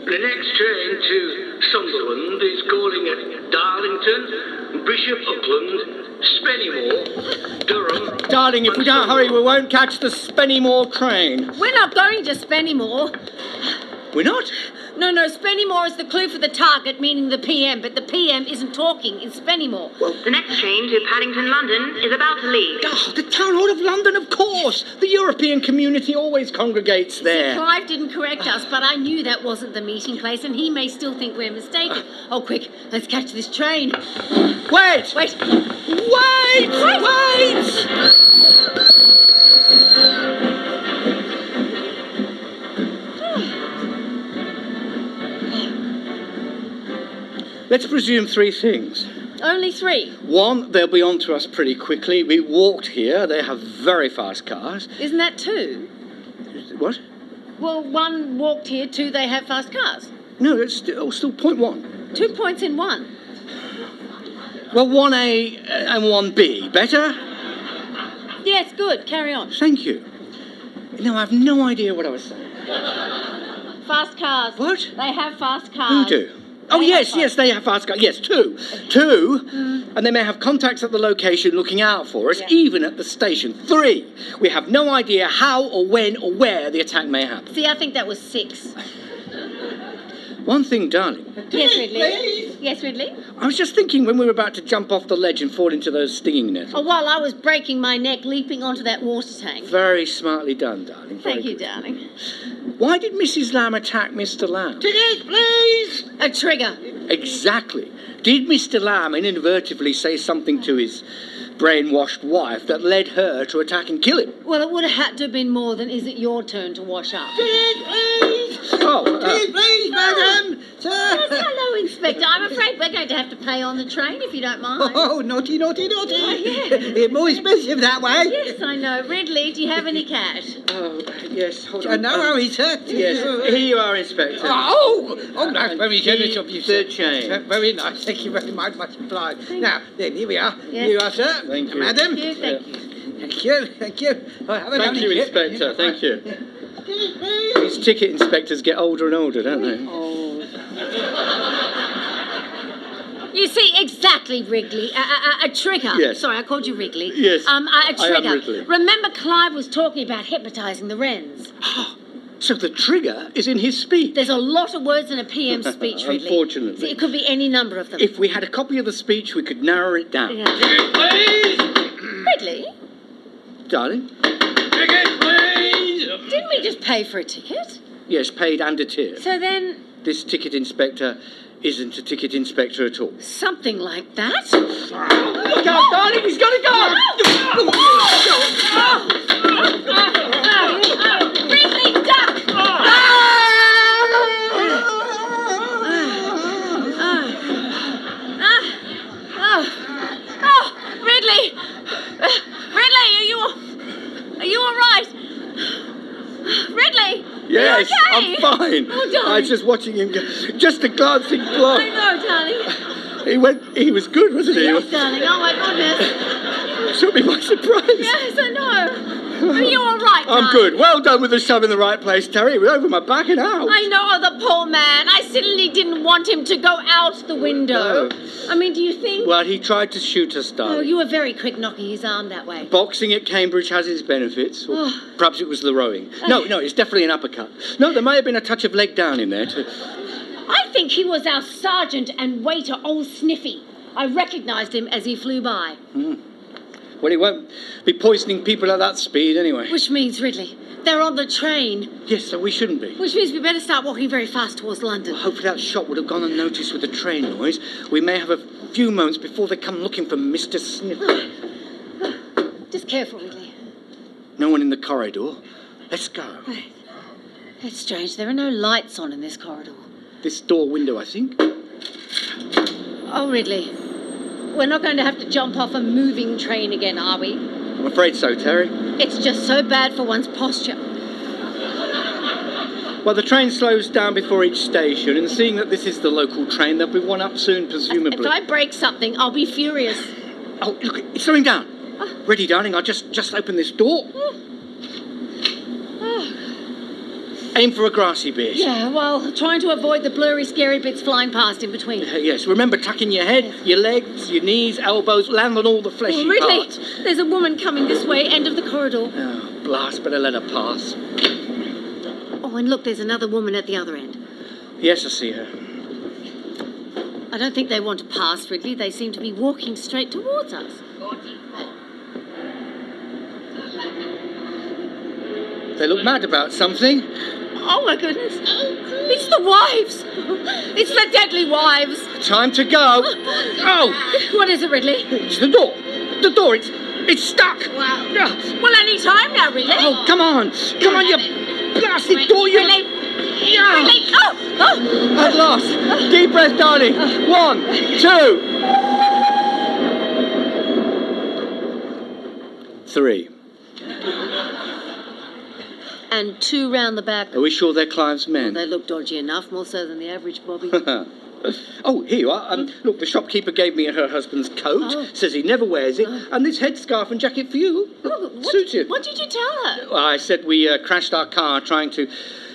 [SPEAKER 7] The next train to Sunderland is calling at Darlington, Bishop Auckland, Spennymoor, Durham.
[SPEAKER 4] Darling, if we don't hurry, we won't catch the Spennymore train.
[SPEAKER 3] We're not going to Spennymore.
[SPEAKER 4] We're not?
[SPEAKER 3] No, no, Spennymore is the clue for the target, meaning the PM, but the PM isn't talking in Spennymore.
[SPEAKER 8] The next train to Paddington, London is about to leave.
[SPEAKER 4] Oh, the town hall of London, of course. The European community always congregates there.
[SPEAKER 3] Clive didn't correct us, but I knew that wasn't the meeting place, and he may still think we're mistaken. Oh, quick, let's catch this train.
[SPEAKER 4] Wait!
[SPEAKER 3] Wait,
[SPEAKER 4] Wait! Wait! Let's presume three things.
[SPEAKER 3] Only three.
[SPEAKER 4] One, they'll be on to us pretty quickly. We walked here. They have very fast cars.
[SPEAKER 3] Isn't that two?
[SPEAKER 4] What?
[SPEAKER 3] Well, one walked here, two they have fast cars.
[SPEAKER 4] No, it's st- oh, still point one.
[SPEAKER 3] Two points in one.
[SPEAKER 4] Well, one A uh, and one B. Better?
[SPEAKER 3] Yes, good. Carry on.
[SPEAKER 4] Thank you. No, I have no idea what I was saying.
[SPEAKER 3] Fast cars.
[SPEAKER 4] What?
[SPEAKER 3] They have fast
[SPEAKER 4] Who
[SPEAKER 3] cars.
[SPEAKER 4] do? Oh,
[SPEAKER 3] They have
[SPEAKER 4] yes,
[SPEAKER 3] fast-
[SPEAKER 4] yes, they have fast cars. Yes, two. Two, and they may have contacts at the location looking out for us,
[SPEAKER 3] Yeah.
[SPEAKER 4] even at the station. Three, we have no idea how or when or where the attack may happen.
[SPEAKER 3] See, I think that was six.
[SPEAKER 4] One thing, darling,
[SPEAKER 3] Yes, Ridley. Yes, Ridley.
[SPEAKER 4] I was just thinking when we were about to jump off the ledge and fall into those stinging nettles.
[SPEAKER 3] Oh, while I was breaking my neck leaping onto that water tank.
[SPEAKER 4] Very smartly done, darling. Very
[SPEAKER 3] Thank you,
[SPEAKER 4] good.
[SPEAKER 3] darling.
[SPEAKER 4] Why did Mrs. Lamb attack Mr. Lamb?
[SPEAKER 3] A trigger.
[SPEAKER 4] Exactly. Did Mr. Lamb inadvertently say something to his brainwashed wife that led her to attack and kill him?
[SPEAKER 3] Well, it would have had to have been more than is it your turn to wash up?
[SPEAKER 4] Oh, uh,
[SPEAKER 2] Please, madam!
[SPEAKER 3] Yes,
[SPEAKER 2] Sir!
[SPEAKER 3] hello, Inspector. I'm afraid we're going to have to pay on the train if you don't mind.
[SPEAKER 2] Oh, naughty, naughty, naughty!
[SPEAKER 3] yeah.
[SPEAKER 2] They're more expensive that way.
[SPEAKER 3] Yes, I know. Ridley, do you have any cash?
[SPEAKER 4] oh, yes, hold
[SPEAKER 2] I
[SPEAKER 4] on.
[SPEAKER 2] know how he hurt.
[SPEAKER 4] Yes, here you are, Inspector.
[SPEAKER 2] Oh, oh, that's very
[SPEAKER 4] And
[SPEAKER 2] generous of you,
[SPEAKER 4] the
[SPEAKER 2] sir.
[SPEAKER 4] change.
[SPEAKER 2] That's Very nice. Thank you very much. Much obliged. Now, then, here we are.
[SPEAKER 3] Yes.
[SPEAKER 2] Here you are, sir.
[SPEAKER 4] Thank you.
[SPEAKER 2] Madam.
[SPEAKER 3] Thank you, thank you.
[SPEAKER 2] Thank you. Thank you. Well, have a
[SPEAKER 4] Thank
[SPEAKER 2] lovely
[SPEAKER 4] you,
[SPEAKER 2] trip.
[SPEAKER 4] Inspector. Thank you. These ticket inspectors get older and older, don't they?
[SPEAKER 3] You see, exactly, Wrigley. A, a, a, a trigger.
[SPEAKER 4] Yes.
[SPEAKER 3] Sorry, I called you Wrigley.
[SPEAKER 4] Yes,
[SPEAKER 3] Um,
[SPEAKER 4] I
[SPEAKER 3] a, a
[SPEAKER 4] am
[SPEAKER 3] trigger.
[SPEAKER 4] Wrigley.
[SPEAKER 3] Remember, Clive was talking about hypnotising the wrens.
[SPEAKER 4] So the trigger is in his speech.
[SPEAKER 3] There's a lot of words in a PM speech, Ridley.
[SPEAKER 4] Unfortunately.
[SPEAKER 3] See, it could be any number of them.
[SPEAKER 4] If we had a copy of the speech, we could narrow it down.
[SPEAKER 3] Yeah. Ridley,
[SPEAKER 4] Darling?
[SPEAKER 3] didn't we just pay for a ticket?
[SPEAKER 4] Yes, paid and a tear.
[SPEAKER 3] So then,
[SPEAKER 4] This ticket inspector isn't a ticket inspector at all.
[SPEAKER 3] something like that.
[SPEAKER 4] Look out, darling, he's gonna go!
[SPEAKER 5] Wrigley duck!
[SPEAKER 3] Oh,
[SPEAKER 5] Oh, Ridley! Uh, Ridley, are you all, are you all right? Ridley,
[SPEAKER 4] Yes,
[SPEAKER 5] you okay?
[SPEAKER 4] I'm fine.
[SPEAKER 5] Oh, darling.
[SPEAKER 4] I was just watching him go. Just a glancing
[SPEAKER 5] I
[SPEAKER 4] glance.
[SPEAKER 5] know, darling.
[SPEAKER 4] He went, he was good, wasn't he?
[SPEAKER 3] yes, darling. Oh, my goodness.
[SPEAKER 4] Took me by surprise.
[SPEAKER 5] Yes, I know. Are you all right,
[SPEAKER 4] I'm
[SPEAKER 5] darling?
[SPEAKER 4] good. Well done with the shove in the right place, Terry. It was over my back and out.
[SPEAKER 3] I know oh, the poor man. I certainly didn't want him to go out the window.
[SPEAKER 4] No.
[SPEAKER 3] I mean, do you think?
[SPEAKER 4] Well, he tried to shoot us,
[SPEAKER 3] oh,
[SPEAKER 4] darling.
[SPEAKER 3] you were very quick knocking his arm that way.
[SPEAKER 4] Boxing at Cambridge has its benefits. Or
[SPEAKER 3] Oh.
[SPEAKER 4] Perhaps it was the rowing. No, no, it's definitely an uppercut. No, there may have been a touch of leg down in there. Too.
[SPEAKER 3] I think he was our sergeant and waiter, old Sniffy. I recognised him as he flew by.
[SPEAKER 4] Well, he won't be poisoning people at that speed anyway.
[SPEAKER 3] Which means, Ridley, they're on the train.
[SPEAKER 4] Yes, so we shouldn't be.
[SPEAKER 3] Which means we better start walking very fast towards London.
[SPEAKER 4] Hopefully that shot would have gone unnoticed with the train noise. We may have a few moments before they come looking for Mr.
[SPEAKER 3] Oh.
[SPEAKER 4] Sniff.
[SPEAKER 3] Just careful, Ridley.
[SPEAKER 4] No one in the corridor. Let's go.
[SPEAKER 3] That's strange. There are no lights on in this corridor.
[SPEAKER 4] This door window, I think.
[SPEAKER 3] Oh, Ridley, we're not going to have to jump off a moving train again, are we?
[SPEAKER 4] I'm afraid so, Terry.
[SPEAKER 3] It's just so bad for one's posture.
[SPEAKER 4] Well, the train slows down before each station, and seeing that this is the local train, there'll be one up soon,
[SPEAKER 3] If
[SPEAKER 4] presumably.
[SPEAKER 3] I break something, I'll be furious.
[SPEAKER 4] Oh, look, it's slowing down.
[SPEAKER 3] Oh.
[SPEAKER 4] Ready, darling? I'll just just open this door. Aim for a grassy bit.
[SPEAKER 3] Oh. Yeah, while trying to avoid the blurry, scary bits flying past in between.
[SPEAKER 4] Uh, Yes, remember tucking your head, your legs, your knees, elbows, land on all the fleshy
[SPEAKER 3] Oh, Ridley,
[SPEAKER 4] parts.
[SPEAKER 3] there's a woman coming this way, end of the corridor.
[SPEAKER 4] Oh, blast, better let her pass.
[SPEAKER 3] Oh, and look, there's another woman at the other end.
[SPEAKER 4] Yes, I see her.
[SPEAKER 3] I don't think they want to pass, Ridley. They seem to be walking straight towards us.
[SPEAKER 4] They look mad about something.
[SPEAKER 3] Oh, my goodness. It's the wives. It's the deadly wives.
[SPEAKER 4] Time to go. Oh,
[SPEAKER 3] What is it, Ridley?
[SPEAKER 4] it's the door. The door, it's it's stuck.
[SPEAKER 3] Wow.
[SPEAKER 4] Ah.
[SPEAKER 3] Well, any time now, Ridley.
[SPEAKER 4] Oh, come on! Come on, you blasted door, you...
[SPEAKER 3] Ridley.
[SPEAKER 4] Yeah.
[SPEAKER 3] Ridley. Oh, oh.
[SPEAKER 4] At last! Deep breath, darling! One, two... three.
[SPEAKER 3] And two round the back.
[SPEAKER 4] Are we sure they're Clive's men?
[SPEAKER 3] They look dodgy enough, more so than the average Bobby.
[SPEAKER 4] oh, here you are. Um, look, the shopkeeper gave me her husband's coat.
[SPEAKER 3] Oh.
[SPEAKER 4] Says he never wears it. And this headscarf and jacket for you.
[SPEAKER 5] Oh, what,
[SPEAKER 4] Suits you.
[SPEAKER 5] What did you tell her?
[SPEAKER 4] Well, I said we uh, crashed our car trying to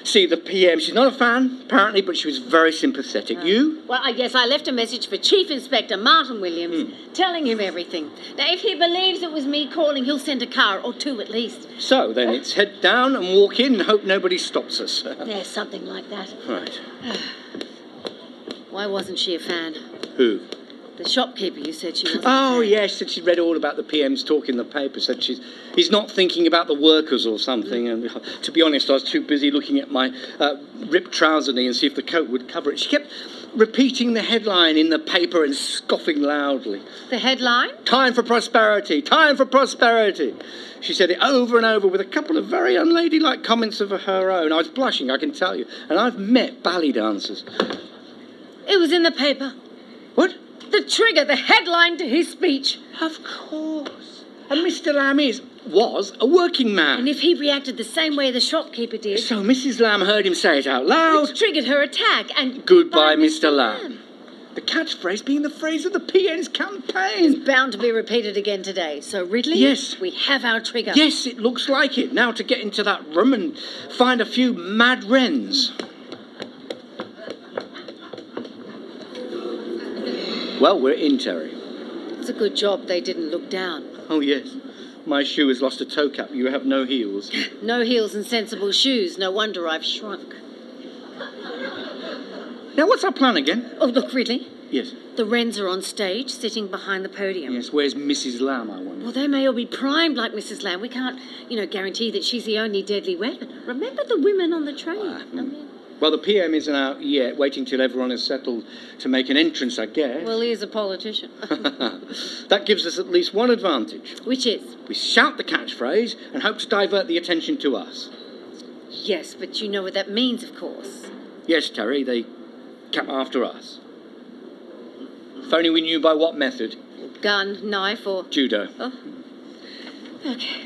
[SPEAKER 4] see the PM. She's not a fan, apparently, but she was very sympathetic.
[SPEAKER 5] Oh.
[SPEAKER 4] You?
[SPEAKER 3] Well, I guess I left a message for Chief Inspector Martin Williams,
[SPEAKER 4] Hmm.
[SPEAKER 3] telling him everything. Now, if he believes it was me calling, he'll send a car or two at least.
[SPEAKER 4] So then it's head down and walk in and hope nobody stops us.
[SPEAKER 3] There's something like that.
[SPEAKER 4] right.
[SPEAKER 3] Why wasn't she a fan?
[SPEAKER 4] Who?
[SPEAKER 3] The shopkeeper you said she was.
[SPEAKER 4] Oh, yes, said she'd read all about the PM's talk in the paper, said she's, he's not thinking about the workers or something. And uh, to be honest, I was too busy looking at my uh, ripped trouser knee and see if the coat would cover it. She kept repeating the headline in the paper and scoffing loudly.
[SPEAKER 3] The headline?
[SPEAKER 4] Time for prosperity, time for prosperity. She said it over and over with a couple of very unladylike comments of her own. I was blushing, I can tell you. And I've met ballet dancers.
[SPEAKER 3] It was in the paper.
[SPEAKER 4] What?
[SPEAKER 3] The trigger, the headline to his speech.
[SPEAKER 4] Of course. And Mr. Lamb is, was a working
[SPEAKER 3] And
[SPEAKER 4] man.
[SPEAKER 3] if he reacted the same way the shopkeeper did,
[SPEAKER 4] So Mrs. Lamb heard him say it out loud.
[SPEAKER 3] which triggered her attack and.
[SPEAKER 4] Goodbye, Mr. Lamb. The catchphrase being the phrase of the PN's campaign.
[SPEAKER 3] Bound to be repeated again today. So, Ridley?
[SPEAKER 4] Yes.
[SPEAKER 3] We have our trigger.
[SPEAKER 4] Yes, it looks like it. Now to get into that room and find a few mad wrens. Well, we're in, Terry.
[SPEAKER 3] It's a good job they didn't look down.
[SPEAKER 4] Oh, yes. My shoe has lost a toe cap. You have no heels.
[SPEAKER 3] No heels and sensible shoes. No wonder I've shrunk.
[SPEAKER 4] now, what's our plan again?
[SPEAKER 3] Oh, look, Ridley.
[SPEAKER 4] Yes.
[SPEAKER 3] The Wrens are on stage, sitting behind the podium.
[SPEAKER 4] Yes, where's Mrs. Lamb, I wonder?
[SPEAKER 3] Well, they may all be primed like Mrs. Lamb. We can't, you know, guarantee that she's the only deadly weapon. Remember the women on the train?
[SPEAKER 4] Ah.
[SPEAKER 3] I mean,
[SPEAKER 4] Well, the PM isn't out yet, waiting till everyone is settled to make an entrance, I guess.
[SPEAKER 3] well, he is a politician.
[SPEAKER 4] that gives us at least one advantage.
[SPEAKER 3] Which is,
[SPEAKER 4] We shout the catchphrase and hope to divert the attention to us.
[SPEAKER 3] yes, but you know what that means, of course.
[SPEAKER 4] Yes, Terry, they come after us. If only we knew by what method.
[SPEAKER 3] Gun, knife, or.
[SPEAKER 4] Judo.
[SPEAKER 3] Oh. Okay.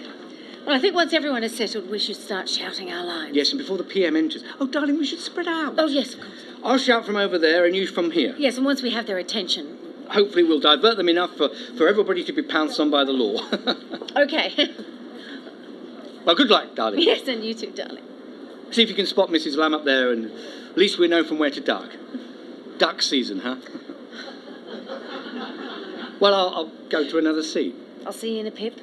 [SPEAKER 3] Well, I think once everyone is settled, we should start shouting our lines.
[SPEAKER 4] Yes, and before the PM enters. Oh, darling, we should spread out.
[SPEAKER 3] Oh, yes, of course.
[SPEAKER 4] I'll shout from over there and you from here.
[SPEAKER 3] Yes, and once we have their attention.
[SPEAKER 4] Hopefully, we'll divert them enough for, for everybody to be pounced on by the law.
[SPEAKER 3] Okay.
[SPEAKER 4] well, good luck, darling.
[SPEAKER 3] yes, and you too, darling.
[SPEAKER 4] See if you can spot Mrs. Lamb up there, and at least we know from where to duck. Duck season, huh? well, I'll, I'll go to another seat.
[SPEAKER 3] I'll see you in a pip.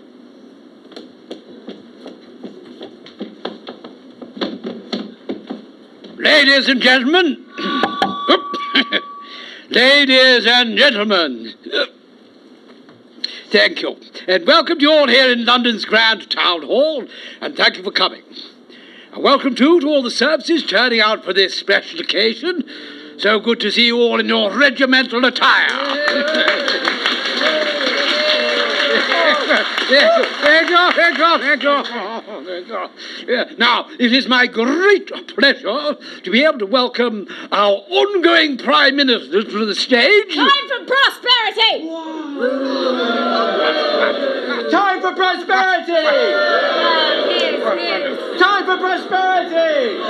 [SPEAKER 6] Ladies and gentlemen. Oop. Ladies and gentlemen. Thank you. And welcome to you all here in London's Grand Town Hall. And thank you for coming. And welcome too to all the services turning out for this special occasion. So good to see you all in your regimental attire. Thank you, thank you, thank you, thank you. Oh, Yeah, Now, it is my great pleasure to be able to welcome our ongoing Prime Minister to the stage.
[SPEAKER 5] Time for prosperity!
[SPEAKER 4] Time for prosperity!
[SPEAKER 5] Oh, here's, here's.
[SPEAKER 4] Time for prosperity!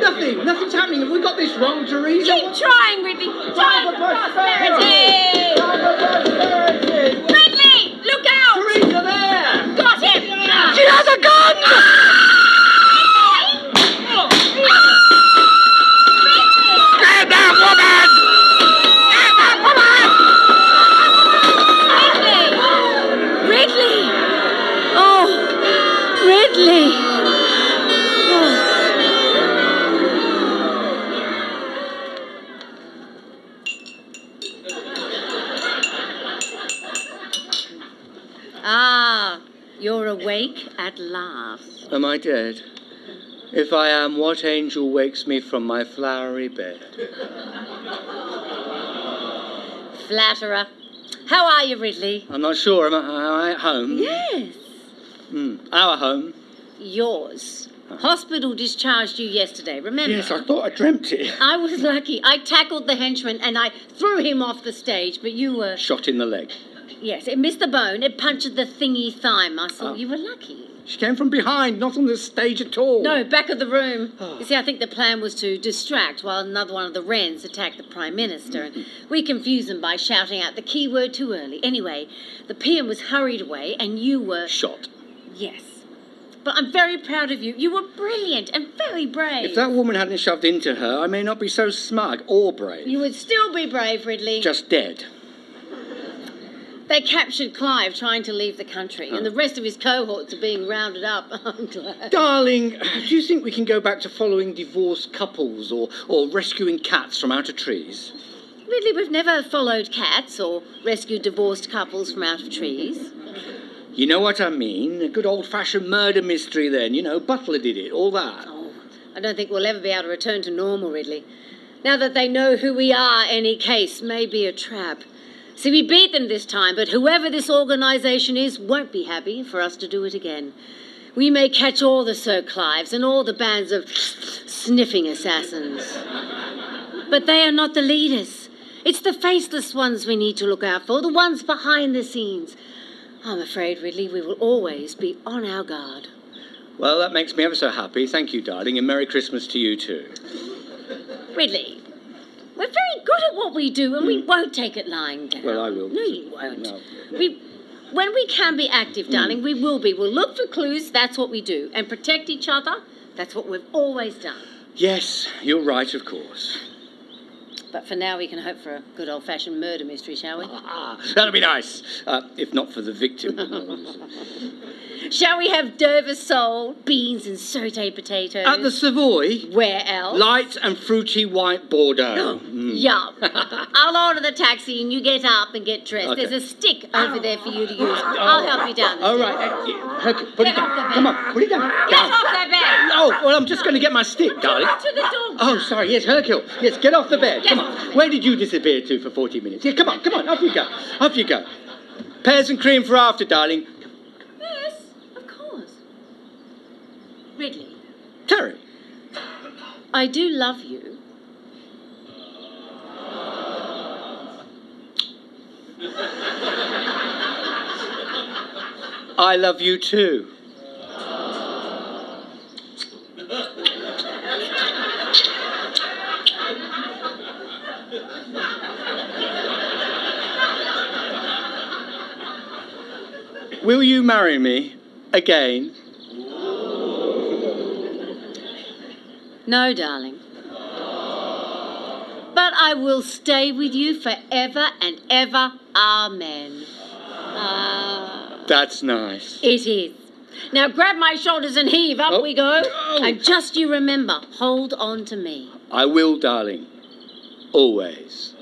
[SPEAKER 4] Nothing, nothing's happening. Have we got this wrong, Teresa?
[SPEAKER 5] Keep trying, Ridley. Time for prosperity!
[SPEAKER 4] Time for prosperity!
[SPEAKER 5] Ridley, look out!
[SPEAKER 4] Teresa, there! Ah!
[SPEAKER 5] Got him!
[SPEAKER 6] She has a gun! Get that woman! Get that woman!
[SPEAKER 5] Ridley! Ridley! Oh, Ridley!
[SPEAKER 3] Oh. Ah, you're awake at last.
[SPEAKER 4] Am I dead? If I am, what angel wakes me from my flowery bed?
[SPEAKER 3] Flatterer. How are you, Ridley?
[SPEAKER 4] I'm not sure. Am I, am I at home?
[SPEAKER 3] Yes.
[SPEAKER 4] Hmm. Our home.
[SPEAKER 3] Yours. Hospital discharged you yesterday, remember?
[SPEAKER 4] Yes, I thought I dreamt it.
[SPEAKER 3] I was lucky. I tackled the henchman and I threw him off the stage, but you were.
[SPEAKER 4] Shot in the leg.
[SPEAKER 3] Yes, it missed the bone. It punctured the thingy thigh muscle.
[SPEAKER 4] Oh.
[SPEAKER 3] You were lucky.
[SPEAKER 4] She came from behind, not on the stage at all.
[SPEAKER 3] No, back of the room.
[SPEAKER 4] Oh.
[SPEAKER 3] You see, I think the plan was to distract while another one of the wrens attacked the Prime Minister. And we confused them by shouting out the key word too early. Anyway, the PM was hurried away and you were.
[SPEAKER 4] Shot.
[SPEAKER 3] Yes. But I'm very proud of you. You were brilliant and very brave.
[SPEAKER 4] If that woman hadn't shoved into her, I may not be so smug or brave.
[SPEAKER 3] You would still be brave, Ridley.
[SPEAKER 4] Just dead.
[SPEAKER 3] They captured Clive trying to leave the country, and the rest of his cohorts are being rounded up. I'm glad.
[SPEAKER 4] Darling, do you think we can go back to following divorced couples or, or rescuing cats from out of trees?
[SPEAKER 3] Ridley, we've never followed cats or rescued divorced couples from out of trees.
[SPEAKER 4] You know what I mean? A good old fashioned murder mystery, then. You know, Butler did it, all that.
[SPEAKER 3] Oh, I don't think we'll ever be able to return to normal, Ridley. Now that they know who we are, any case may be a trap. See, we beat them this time, but whoever this organisation is won't be happy for us to do it again. We may catch all the Sir Clives and all the bands of sniffing assassins. But they are not the leaders. It's the faceless ones we need to look out for, the ones behind the scenes. I'm afraid, Ridley, we will always be on our guard.
[SPEAKER 4] Well, that makes me ever so happy. Thank you, darling, and Merry Christmas to you too.
[SPEAKER 3] Ridley, we're very good at what we do, and we won't take it lying down.
[SPEAKER 4] Hmm. Well, I will.
[SPEAKER 3] No, you won't.
[SPEAKER 4] No. Hmm.
[SPEAKER 3] We, when we can be active, darling, we will be. We'll look for clues. That's what we do, and protect each other. That's what we've always done.
[SPEAKER 4] Yes, you're right, of course.
[SPEAKER 3] But for now, we can hope for a good old-fashioned murder mystery, shall we?
[SPEAKER 4] Ah, that'll be nice. Uh, if not for the victim.
[SPEAKER 3] Shall we have Dover sole, beans, and sautéed potatoes?
[SPEAKER 4] At the Savoy,
[SPEAKER 3] Where else?
[SPEAKER 4] light and fruity white Bordeaux. Mm.
[SPEAKER 3] Yum. I'll order the taxi and you get up and get dressed.
[SPEAKER 4] Okay. Oh.
[SPEAKER 3] There's a stick over there for you to use. I'll help you down. the
[SPEAKER 4] All
[SPEAKER 3] stairs.
[SPEAKER 4] right, uh, yeah, Herc- put
[SPEAKER 3] Get
[SPEAKER 4] it down.
[SPEAKER 3] off the bed.
[SPEAKER 4] Come on, put it down.
[SPEAKER 3] Get off that bed.
[SPEAKER 4] Oh, well, I'm just going to get my stick, darling.
[SPEAKER 3] To the dog.
[SPEAKER 4] Oh, sorry. Yes, Hercule. Yes, get off the bed.
[SPEAKER 3] Get
[SPEAKER 4] Come
[SPEAKER 3] off the
[SPEAKER 4] on. Where did you disappear to for 40 minutes? Yeah, come on, come on. Off you go. Off you go. Pears and cream for after, darling.
[SPEAKER 3] Yes, of course. Ridley,
[SPEAKER 4] Terry.
[SPEAKER 3] I do love you.
[SPEAKER 4] I love you too. Will you marry me again?
[SPEAKER 3] No, darling. But I will stay with you forever and ever. Amen. Ah.
[SPEAKER 4] That's nice.
[SPEAKER 3] It is. Now grab my shoulders and heave. Up
[SPEAKER 4] Oh.
[SPEAKER 3] we go.
[SPEAKER 4] Oh.
[SPEAKER 3] And just you remember, hold on to me.
[SPEAKER 4] I will, darling. Always.